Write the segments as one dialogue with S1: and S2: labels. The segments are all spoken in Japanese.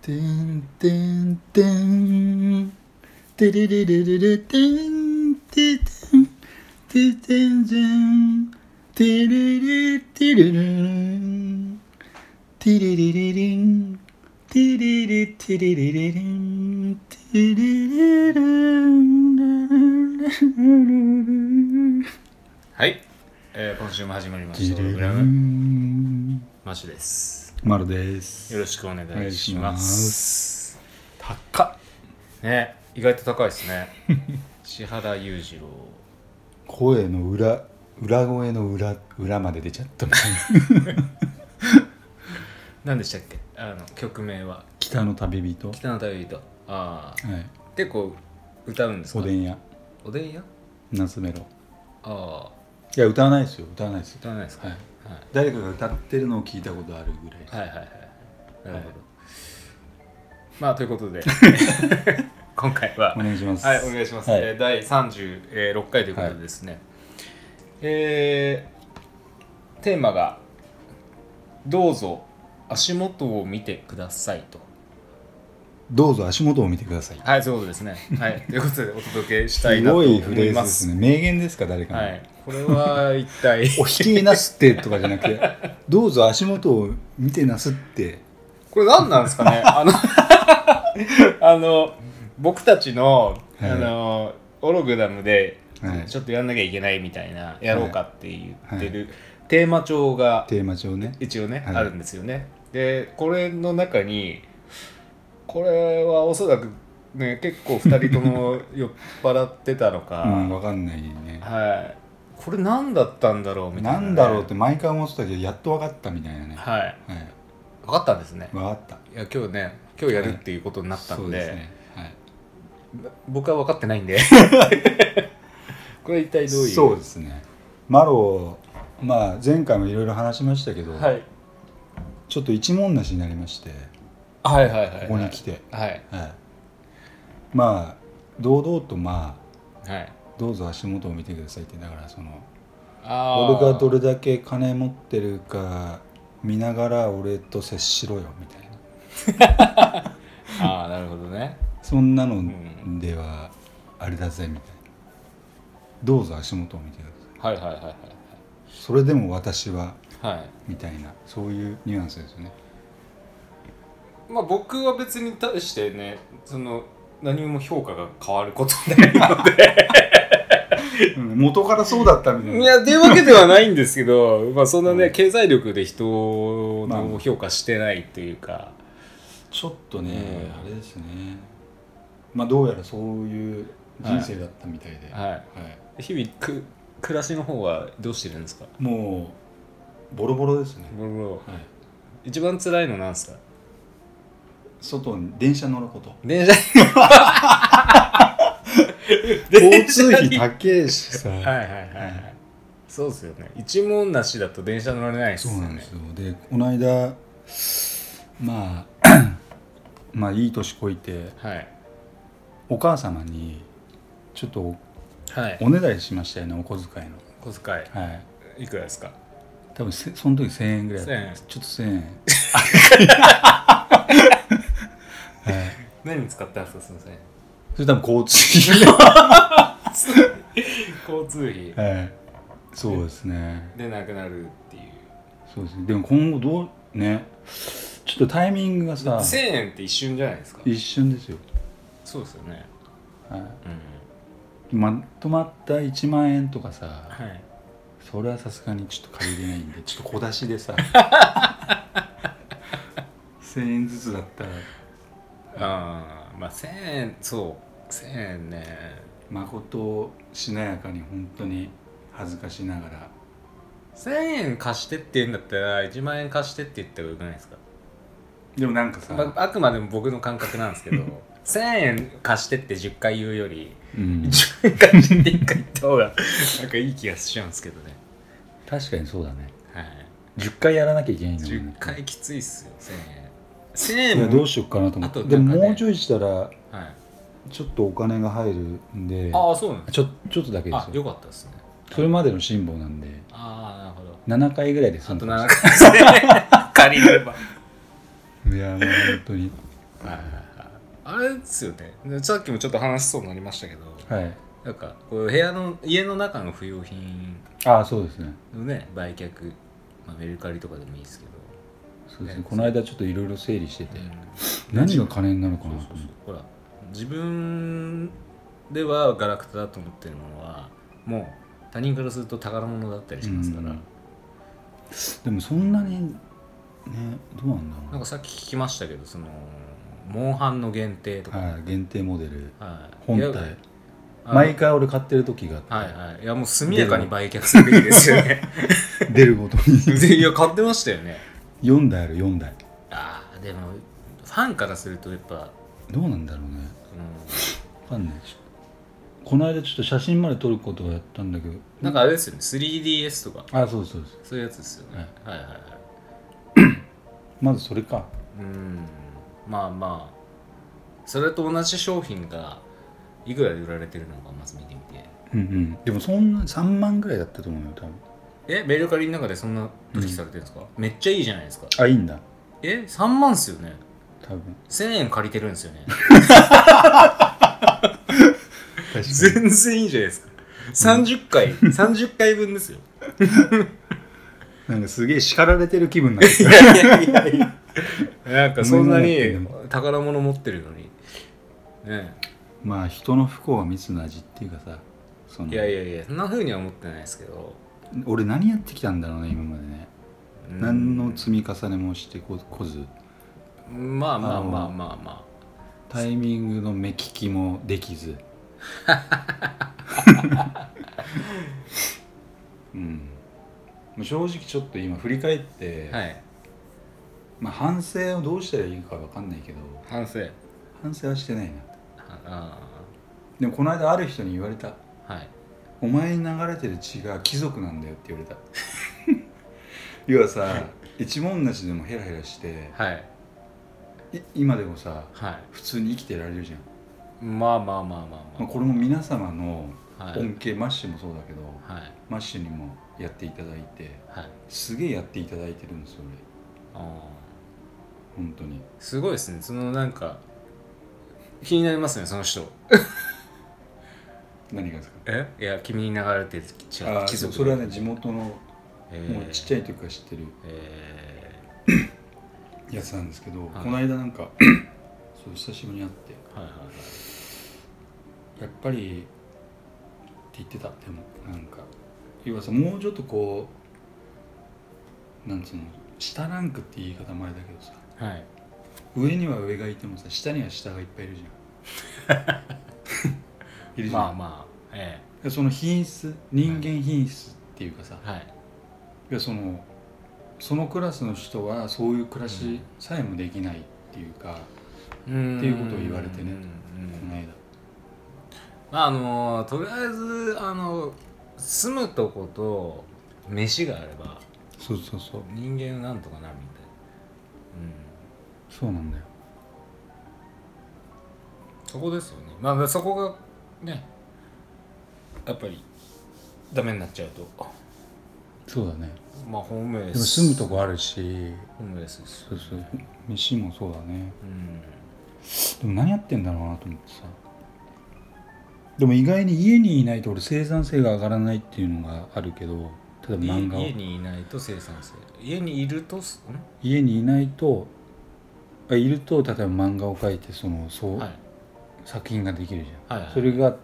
S1: てんてんてん。てれれれれれてんてんてん。ててんてん。てれれてれれん。てれれれれん。てれれてれれれれん。てれれれれん。
S2: はい、えー今週も始まりましたプログラム
S1: ま
S2: マシです
S1: るです。
S2: よろしくお願いし
S1: お願
S2: ま
S1: いします
S2: 高っね意外と高いで すね千原裕次郎
S1: 声の裏裏声の裏裏まで出ちゃった
S2: 何でしたっけあの曲名は
S1: 北の旅人
S2: 「北の旅人」ああ
S1: はい
S2: 結構歌うんですか
S1: おでん屋
S2: おでんや
S1: 夏メロ
S2: ああ
S1: いや歌わないですよ歌わないですよ、
S2: 歌わないですか、
S1: はい、
S2: はい
S1: 誰かが歌ってるのを聞いたことあるぐらい
S2: はいはいはいなるほど、まあということ で今回は
S1: お願いします
S2: はいお願いします、
S1: はい
S2: えー第36回ということでですね、えーテーマが「どうぞ足元を見てください」と
S1: どうぞ足元を見てください
S2: はいそういうことですねはいということでお届けしたい
S1: す
S2: なと
S1: ご
S2: 思
S1: いフレ
S2: い
S1: ー
S2: ま
S1: ズですね
S2: す
S1: 名言ですか誰かの、
S2: はいこれは 一体
S1: お引きなすってとかじゃなくて どうぞ足元を見てなすって
S2: これ何なんですか ねあのあの僕たちの,、
S1: はい
S2: あのオログダムで、
S1: はい
S2: ちょっとやんなきゃいけないみたいなやろうかって言ってる、テーマ帳が
S1: テーマ帳ね
S2: 一応ね、
S1: はい
S2: あるんですよねでこれの中にこれはおそらくね結構2人とも酔っ払ってたのか、
S1: うんわかんないね
S2: はいこれ何だったんだろうみた
S1: な
S2: いなね、
S1: んだろうって毎回思ってたけどやっとわかったみたいなね、は
S2: はい
S1: い、
S2: 分かったんですね
S1: わかった
S2: いや今日ね今日やるっていうことになったんで,、
S1: そうですね、はい
S2: 僕は分かってないん でこれ一体どういう
S1: そうですねマロまあ前回もいろいろ話しましたけど、
S2: はい、
S1: ちょっと一文無しになりまして
S2: はいはいはいはい
S1: ここに来て、
S2: はい
S1: はいまあ堂々とま
S2: は
S1: あ
S2: い
S1: どうぞ足元を見てくださいってだからその
S2: あー
S1: 俺がどれだけ金持ってるか見ながら俺と接しろよみたいな
S2: あーなるほどね
S1: そんなの
S2: ん
S1: ではあれだぜみたいな、どうぞ足元を見てくださ
S2: はいはいはい
S1: いそれでも私は
S2: はいはい
S1: みたいなそういうニュアンスですよね
S2: まあ僕は別に対してねその何も評価が変わることないので
S1: 元からそうだったみたい
S2: い
S1: な
S2: やというわけではないんですけど、 まあ、そんなね、
S1: うん
S2: 経済力で人の評価してないというか、
S1: ちょっとね、あ
S2: うん
S1: れですねまあどうやらそういう人生だったみたいで、
S2: はい
S1: はい
S2: 日々く暮らしの方はどうしてるんですか
S1: もうボロボロですね、
S2: ボロボロ
S1: はい、
S2: 一番辛いのなんですか
S1: 外に電車乗ること
S2: 電 車
S1: 交通費高えしさ、
S2: はいはいはいはいそうですよね一文なしだと電車乗れないです
S1: そ
S2: よ
S1: うなんで
S2: ね
S1: すよでこの間まあ まあいい年こいて
S2: はい
S1: お母様にちょっとお
S2: はい
S1: おねだりしましたよねお小遣いの
S2: 小遣
S1: はい
S2: いいくらですか
S1: 多分せその時1000円ぐらいだった
S2: 1000円
S1: ちょっと1000円 はい
S2: 何に使ったんですかすみません
S1: それ多分交通費
S2: 交通費
S1: はいそうですね
S2: でなくなるっていう
S1: そうですねでも今後どうねちょっとタイミングがさ
S2: 1000円って一瞬じゃないですか
S1: 一瞬ですよ、
S2: そうですよね
S1: は
S2: うん
S1: い、まとまった1万円とかさ
S2: はい
S1: それはさすがにちょっと借りれないんでちょっと小出しで さ1000円ずつだったら
S2: ああまあ1000円そう1000円ね
S1: 誠をしなやかに本当に恥ずかしながら
S2: 1000円貸してって言うんだったら1万円貸してって言った方がよくないですか
S1: でもなんかさ、
S2: まあ、あくまでも僕の感覚なんで すけど1000円貸してって10回言うより
S1: うん
S2: 10円貸してって1回言った方がなんかいい気がしちゃうんですけどね、
S1: 確かにそうだね
S2: はい、
S1: 10回やらなきゃいけないんだもんね
S2: 10回きついっすよ1000
S1: い
S2: 円1000
S1: や
S2: 円
S1: ど
S2: も
S1: うしよっかなと思って、
S2: あと
S1: で
S2: なんか
S1: も
S2: ね
S1: もうちょいしたら
S2: はい、
S1: ちょっとお金が入るんで
S2: ああそうなんです
S1: ちょちょっとだけで
S2: あ
S1: すよ
S2: よかったですね
S1: それまでの辛抱なんで
S2: ああなるほど
S1: 7回ぐらいで
S2: あ
S1: 済む
S2: と
S1: かも
S2: 7
S1: し
S2: 回借りれば
S1: れないいやもう本当に
S2: はいはいはいあれですよねでさっきもちょっと話しそうになりましたけど
S1: はい
S2: なんかこう部屋の家の中の不用品
S1: ああそうですね
S2: のね売却、まあ、メルカリとかでもいいですけど、
S1: そうですね
S2: ね
S1: この間ちょっといろいろ整理してて、
S2: うん
S1: 何が金になるか
S2: そう
S1: な
S2: そうそうほら自分ではガラクタだと思ってるものはもう他人からすると宝物だったりしますから、
S1: うんでもそんなにねどうなんだ
S2: な
S1: ろ
S2: んかさっき聞きましたけどそのモンハンの限定と
S1: う
S2: か、
S1: な、はい、限定モデル
S2: はい
S1: 本
S2: いや
S1: 体
S2: あの
S1: 毎回俺買ってる時があって
S2: はいはいいやもう速やかに売却するべきですよね
S1: 出るごとに
S2: いや買ってましたよね
S1: 4台ある4台
S2: ああでもファンからするとやっぱ、
S1: どうなんだろうね
S2: う
S1: わかんないちょっとこの間ちょっと写真まで撮ることをやったんだけど
S2: ん、なんかあれですよね 3DS とか
S1: あそうですそうです
S2: そういうやつですよね、はいはいはい
S1: まずそれか
S2: うんまあまあそれと同じ商品がいくらで売られてるのかまず見てみて
S1: うんうんでもそんな3万ぐらいだったと思うよ多分
S2: えメルカリの中でそんな取引されてるんですか、めっちゃいいじゃないですか
S1: あいいんだ
S2: え3万っすよね
S1: 多分
S2: 1000円借りてるんですよね
S1: 確か
S2: 全然いいじゃないですか30回30回分ですよ
S1: なんかすげえ叱られてる気分になってき
S2: い
S1: た
S2: やいやいやいやなんかそんなに
S1: ごめんな
S2: 宝物持ってるのにね
S1: まあ人の不幸は密な味っていうかさその
S2: いやいやいやそんな風には思ってないですけど
S1: 俺何やってきたんだろうね今までね、
S2: うん
S1: 何の積み重ねもしてここず
S2: まあまあまあまあまあ
S1: タイミングの目利きもできず うんもう正直ちょっと今振り返って、
S2: はい
S1: まあ、反省をどうしたらいいかわかんないけど
S2: 反省
S1: 反省はしてないな
S2: あ
S1: でもこの間ある人に言われた
S2: あはい
S1: 「お前に流れてる血が貴族なんだよ」って言われた 要はさ一文無しでもヘラヘラして
S2: はい
S1: い今でもさ
S2: は
S1: 普通に生きてられるじゃん、
S2: いまあまあまあまあ
S1: まあ、
S2: ま
S1: これも皆様の
S2: あはい
S1: 恩恵、マッシュもそうだけど
S2: はい
S1: マッシュにもやっていただいて
S2: はい
S1: すげえやっていただいてるんですよ俺
S2: あ
S1: 本当に
S2: ーすごいですねそのなんか気になりますねその人
S1: 何がですか
S2: えいや君に流れてる違
S1: あ
S2: う
S1: あ
S2: 貴
S1: そう
S2: 族
S1: それはね地元のも
S2: えー
S1: うちっちゃい時から知ってる
S2: え
S1: やつなんですけど、
S2: はい
S1: この間なんか そう久しぶりに会って
S2: ーはいはいはい
S1: やっぱりって言ってたでもなんか要はさもうちょっとこうなんつうの下ランクって言い方もあれだけどさ
S2: はい
S1: 上には上がいてもさ下には下がいっぱいいるじ ゃんいるじゃん、
S2: まあまあえ
S1: その品質人間品質っていうかさ、
S2: えはい
S1: いやそのそのクラスの人はそういう暮らしさえもできないっていうか、
S2: うーん
S1: っていうことを言われてね
S2: うん
S1: この間
S2: まああのーとりあえずあの住むとこと飯があれば
S1: そうそうそう
S2: 人間なんとかなるみたいなうん
S1: そうなんだよ
S2: そこですよねまあそこがねやっぱりダメになっちゃうと
S1: そうだね
S2: まあホームレス
S1: でも住むとこあるし
S2: ホームレスです
S1: そうそう飯もそうだね
S2: う
S1: で
S2: ん
S1: も何やってんだろうなと思ってさでも意外に家にいないと俺生産性が上がらないっていうのがあるけど例えば漫画を
S2: 家家にいないと生産性家にいるとすん
S1: 家にいないとあいると例えば漫画を描いてそのそう、
S2: はい
S1: 作品ができるじゃん、
S2: はいはい
S1: それが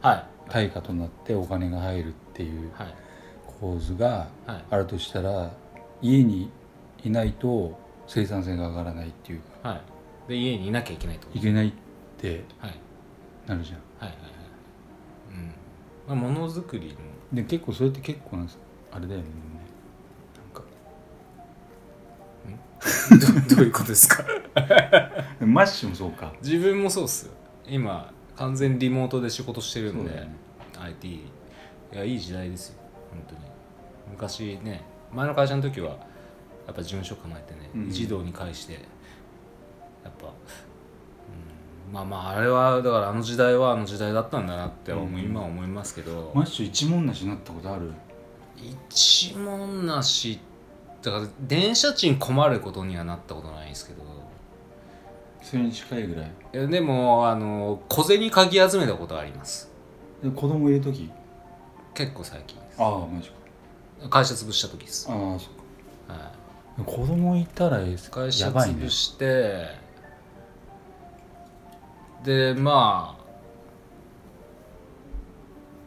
S2: はい
S1: 対価となってお金が入るっていう
S2: はい
S1: 構図が
S2: はい
S1: あるとしたら家にいないと生産性が上がらないっていうか
S2: はいで家にいなきゃいけないってこ
S1: い
S2: と
S1: けないって
S2: はい
S1: なるじゃん
S2: はいはいはいうんまあものづくりの
S1: で結構それって結構なんですあれだよねなん
S2: どどういうことですか
S1: かマッシュもそうか
S2: 自分もそうっすよ今完全リモートで仕事してる
S1: そ
S2: ん
S1: う
S2: で、
S1: だよね
S2: IT いやいい時代ですよ本当に昔ね前の会社の時はやっぱ事務所構えてね、
S1: うん
S2: 一堂に会してやっぱ、うん、まあまああれはだからあの時代はあの時代だったんだなって思う、
S1: うん
S2: 今は思いますけど、
S1: マッシュ一文なしになったことある
S2: 一文なしだから電車賃困ることにはなったことないんですけど
S1: それに近いぐらい
S2: いやでもあの小銭かき集めたことがあります
S1: で子供いる時
S2: 結構最近です
S1: ああマジか
S2: 会社潰した時です、
S1: ああそっか
S2: は
S1: 子供いたら
S2: い、会社
S1: やばいね
S2: 潰して、でま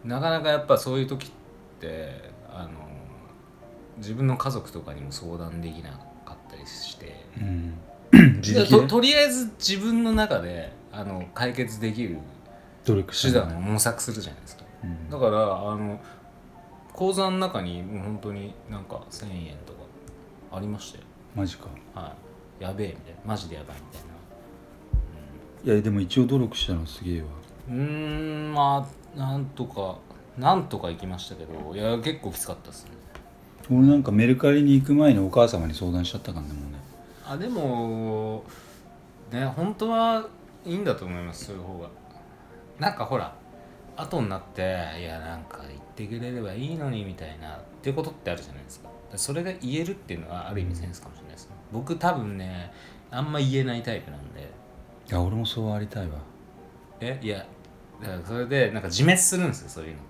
S2: あなかなかやっぱそういう時ってあの自分の家族とかにも相談できなかったりして
S1: うん自
S2: で
S1: 力
S2: と
S1: で
S2: とりあえず自分の中であの解決できる
S1: 努力
S2: 手
S1: してた
S2: 段
S1: ね
S2: を模索するじゃないですか
S1: うん
S2: だからあの口座の中にもう本当になんか1000円とかありましたよ、
S1: マジか
S2: はい、やべえみたいなマジでやばいみたいない
S1: やでも一応努力したのすげえわ
S2: うーんまあなんとかなんとか行きましたけどいや結構きつかったですね
S1: 俺なんかメルカリに行く前にお母様に相談しちゃったからねもうね
S2: あでもね本当はいいんだと思いますそういう方がなんかほら後になっていやなんか言ってくれればいいのにみたいなっていうことってあるじゃないですかそれが言えるっていうのはある意味センスかもしれないですね、僕多分ねあんま言えないタイプなんで
S1: いや俺もそうありたいわ
S2: えいやだからそれでなんか自滅するんですよそういうのって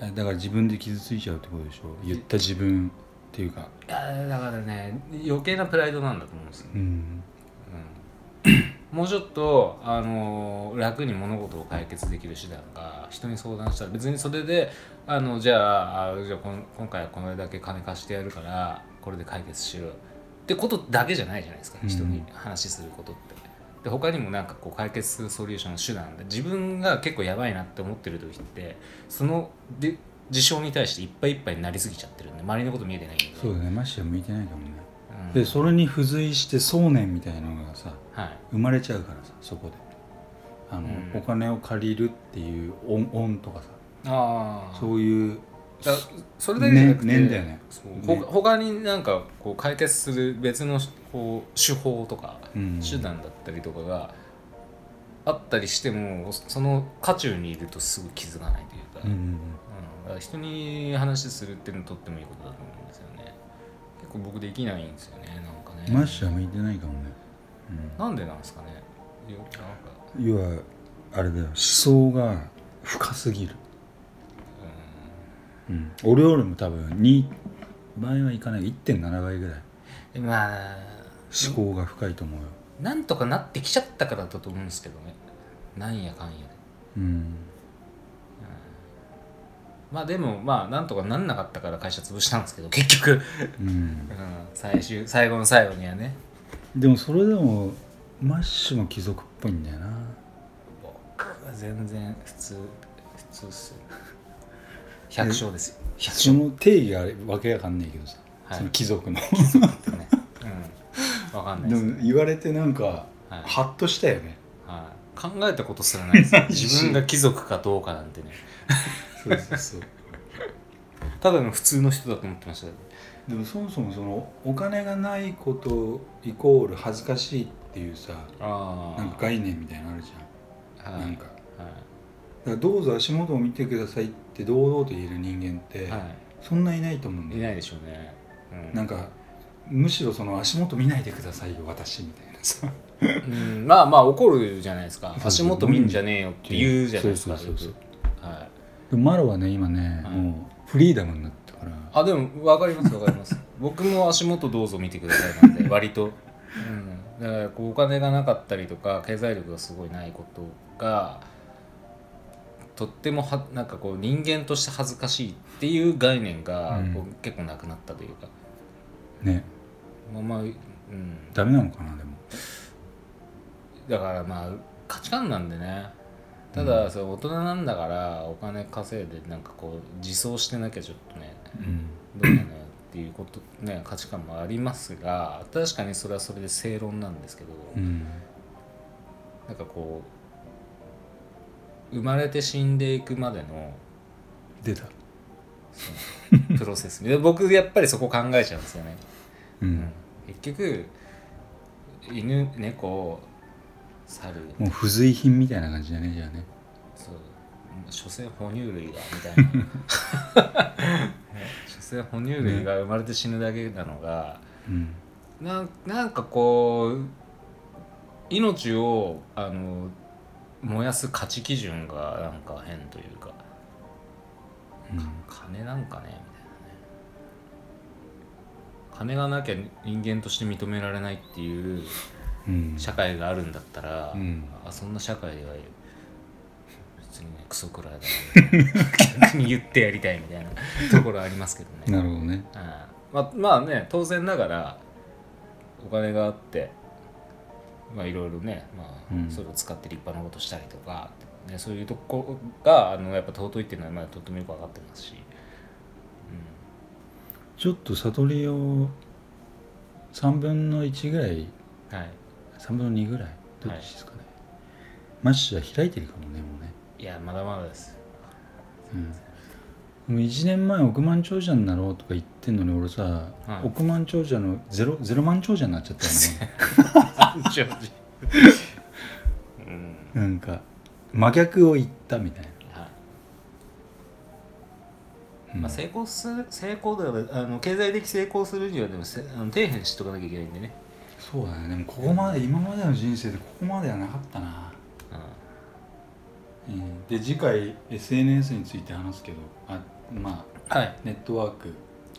S1: えだから自分で傷ついちゃうってことでしょ言った自分っていうか
S2: いやだからね余計なプライドなんだと思うんですよ
S1: うん
S2: うんもうちょっと、あのー楽に物事を解決できる手段が人に相談したら別にそれであのじゃああじゃあこん今回はこれだけ金貸してやるからこれで解決しようってことだけじゃないじゃないですか
S1: うん
S2: 人に話することって。で他にもなんかこう解決するソリューションの手段で自分が結構やばいなって思ってる時ってそので事象に対していっぱいいっぱいになりすぎちゃってるんで周りのこと見えてないんで、
S1: そうだねましてや向いてないかもね
S2: うん
S1: でそれに付随して想念みたいなのがさ
S2: はい
S1: 生まれちゃうからさそこであの、
S2: うん
S1: お金を借りるっていう恩恩とかさ
S2: あー
S1: そういう
S2: だそれだけじゃなくて、
S1: ねねんだよね
S2: そう
S1: ね
S2: ほ他になんかこう解決する別のこう手法とか
S1: うん
S2: 手段だったりとかがあったりしてもその渦中にいるとすぐ気づかないというか,、
S1: うんうんうん
S2: うんだから人に話するっていうのとってもいいことだと思うんですよね結構僕できないんですよねなんかね
S1: ましてや向いてないかもね、
S2: なんでなんですかねよなんか
S1: うん、要はあれだよ思想が深すぎる、うん、俺よりも多分2倍はいかない1.7倍ぐらい
S2: でまあ
S1: 思考が深いと思うよ、
S2: なんとかなってきちゃったからだと思うんですけどねなんやかんやで
S1: うん、
S2: まあでもまあなんとかなんなかったから会社潰したんですけど結局、
S1: うん
S2: う、ん、最終最後の最後にはね
S1: でもそれでもマッシュも貴族っぽいんだよな
S2: 僕は全然普通普通っすよ百姓ですよ百
S1: その定義があれわけわかんないけどさ、
S2: はい
S1: その貴族の
S2: 姓ねうんわかんない
S1: で
S2: です、
S1: も言われてなんか
S2: はい
S1: ハッとしたよね
S2: はい、考えたことすらないです よ
S1: ないし
S2: 自分が貴族かどうかなんてね
S1: そうそうそう
S2: ただの普通の人だと思ってましたよ
S1: でもそもそもそのお金がないことイコール恥ずかしいっていうさ
S2: あ
S1: なんか概念みたいなのあるじ
S2: あ
S1: ゃん、
S2: はい
S1: なんかだか
S2: は
S1: らどうぞ足元を見てくださいって堂々と言える人間って、
S2: い、は
S1: そんないないと思うんだ
S2: い、い
S1: よ
S2: ないでしょうね、うん、
S1: なんかむしろその足元見ないでくださいよ私みたいなさ
S2: うん、まあまあ怒るじゃないですか
S1: そう
S2: 足元見んじゃねえよって言うじゃないですか
S1: そうそうそう
S2: よくはい、
S1: でもマロはね今ね、
S2: はい
S1: もうフリーダムになったから
S2: あでも分かります分かり ます僕も足元どうぞ見てくださいなんで割と、うん、だからこうお金がなかったりとか経済力がすごいないことがとってもはなんかこう人間として恥ずかしいっていう概念が
S1: うん
S2: こう結構なくなったというか、
S1: ね
S2: まあまあうん
S1: ダメなのかなでも
S2: だからまあ価値観なんでねただ、その大人なんだからお金稼いでなんかこう自走してなきゃちょっとね
S1: うん
S2: どうなのよっていうこと、 ね、価値観もありますが確かにそれはそれで正論なんですけど、
S1: うん
S2: なんかこう生まれて死んでいくまでの
S1: 出た
S2: プロセスで僕やっぱりそこ考えちゃうんですよね、
S1: うん、
S2: 結局犬猫猿
S1: もう付随品みたいな感じだねじゃあね
S2: そう所詮哺乳類がみたいな ね所詮哺乳類が生まれて死ぬだけなのが、
S1: うん
S2: なんなんかこう命をあの燃やす価値基準がなんか変というか、金なんかねみたいなね金がなきゃ人間として認められないっていう
S1: うん
S2: 社会があるんだったら、
S1: うん
S2: あそんな社会では別にねクソくらいだなみたいな 言ってやりたいみたいなところありますけどね。
S1: なるほどね
S2: うんまあまあね当然ながらお金があってまあいろいろね、まあ
S1: うん
S2: それを使って立派なことしたりとか、ね、そういうとこがあのやっぱ尊いっていうのはまあとってもよく分かってますし、
S1: ちょっと悟りを3分の1ぐらい
S2: うん、はい
S1: 3分の2ぐらいどっちですかね、マッシャー開いてるかもねもうね
S2: いやまだまだ です
S1: もう1年前億万長者になろうとか言ってんのに俺さ、
S2: い
S1: 億万長者のゼロゼロ万長者になっちゃったよ ね
S2: 正 直うん
S1: なんか真逆を言ったみたいな、
S2: はい
S1: うん
S2: まあ、成功する成功だからあの経済的成功するにはでもせあの底辺知っとかなきゃいけないんでね、
S1: そうだねでもここまで今までの人生でここまではなかったな、う
S2: う
S1: ん、で次回 SNS について話すけどあまあ
S2: ん、はい
S1: ネットワーク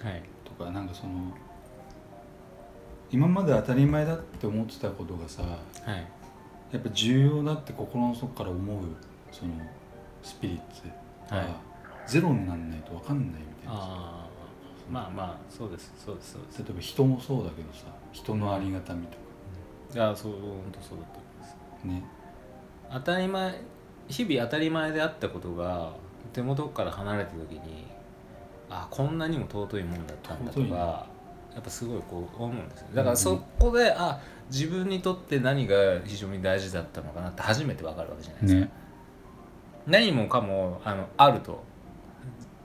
S2: はい
S1: とかなんかその今まで当たり前だって思ってたことがさ
S2: はい
S1: やっぱ重要だって心の底から思うそのスピリッツが、
S2: はい
S1: ゼロになんないと分かんないみたいなさ
S2: ああまあまあそうですそうですそう
S1: 例え
S2: で
S1: ば人もそうだけどさ人のありがたみと
S2: すいやそう本当そうだと思います
S1: かね
S2: 当たり前日々当たり前であったことが手元から離れた時にあこんなにも尊いもんだったんだと
S1: 尊い
S2: か
S1: ね
S2: やっぱすごいこう思うんですよだから
S1: うんう
S2: そ
S1: ん
S2: こで、あ自分にとって何が非常に大事だったのかなって初めて分かるわけじゃないですか、
S1: ね
S2: 何もかもあのあると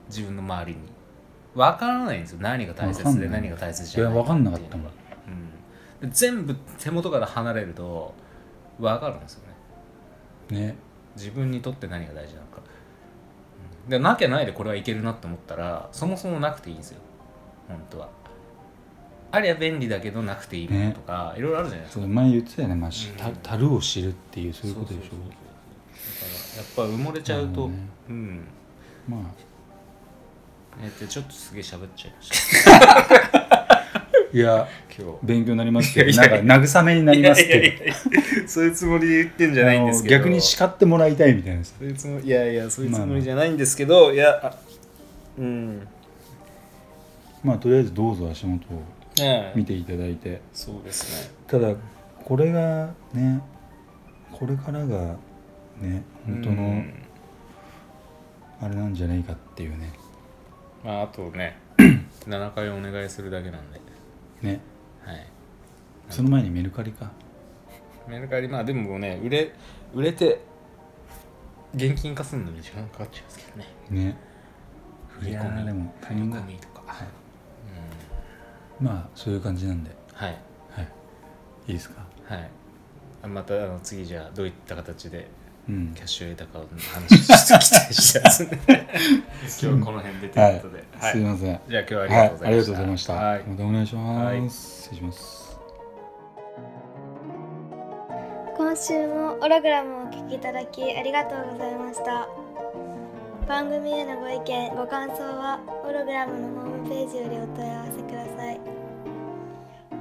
S2: 自分の周りに分からないんですよ何が大
S1: わか
S2: 切
S1: んな
S2: で
S1: い
S2: 何が大切
S1: い
S2: じゃ
S1: や
S2: ない
S1: 分かんなかってた
S2: いう
S1: も
S2: のが
S1: ん
S2: うん、全部手元から離れると分かるんですよね
S1: ね
S2: 自分にとって何が大事なのか、うん、でなきゃないでこれはいけるなって思ったらそもそもなくていいんですよ本当はありゃ便利だけどなくていいものとか、いろいろあるじゃないです
S1: そ
S2: か
S1: れ前言ってたよねまあし、
S2: うん
S1: た樽を知るっていうそういうことでし
S2: そ
S1: ょ
S2: うそうそうそうだからやっぱ埋もれちゃう
S1: なるほど
S2: と、
S1: ね
S2: うん
S1: ま
S2: えってちょっとすげえ喋っちゃいました
S1: あいや
S2: 今日
S1: 勉強になりますけど
S2: いやいやいや
S1: なんか慰めになりますけど
S2: そういうつもりで言ってんじゃないんですけど
S1: あの逆に叱ってもらいたいみたいなさ
S2: そういうつもりいやいやそういうつもりじゃないんですけど、いやあうん
S1: まあとりあえずどうぞ足元を
S2: ねえ
S1: 見ていただいて
S2: そうですね
S1: ただこれがねこれからがね本当
S2: う
S1: の
S2: ん
S1: あれなんじゃないかっていうね
S2: まああとね 7回お願いするだけなんで
S1: ね
S2: はい
S1: その前にメルカリか
S2: メルカリまあでもね売れ売れて現金化するのに時間かかっちゃうんですけどね
S1: ね
S2: 振り込み
S1: いやーでも
S2: 振り込みとかはい、
S1: まあそういう感じなんで
S2: うん、はい
S1: はいいいですか
S2: はいあまたあの次じゃあどういった形で
S1: うん
S2: キャッシュを得たかの話をしてきてしたです ね今日はこの辺でと
S1: は
S2: いう
S1: い
S2: ことで、
S1: すいません
S2: じゃあ今日はあり
S1: は
S2: が
S1: い
S2: とうございました、
S1: ありがとうございました
S2: はい
S1: またお願いしま
S2: はい
S1: す失礼します
S3: 今週もオログラムをお聞きいただきありがとうございました番組へのご意見ご感想はオログラムのホームページよりお問い合わせください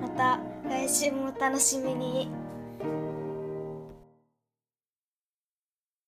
S3: また来週もお楽しみに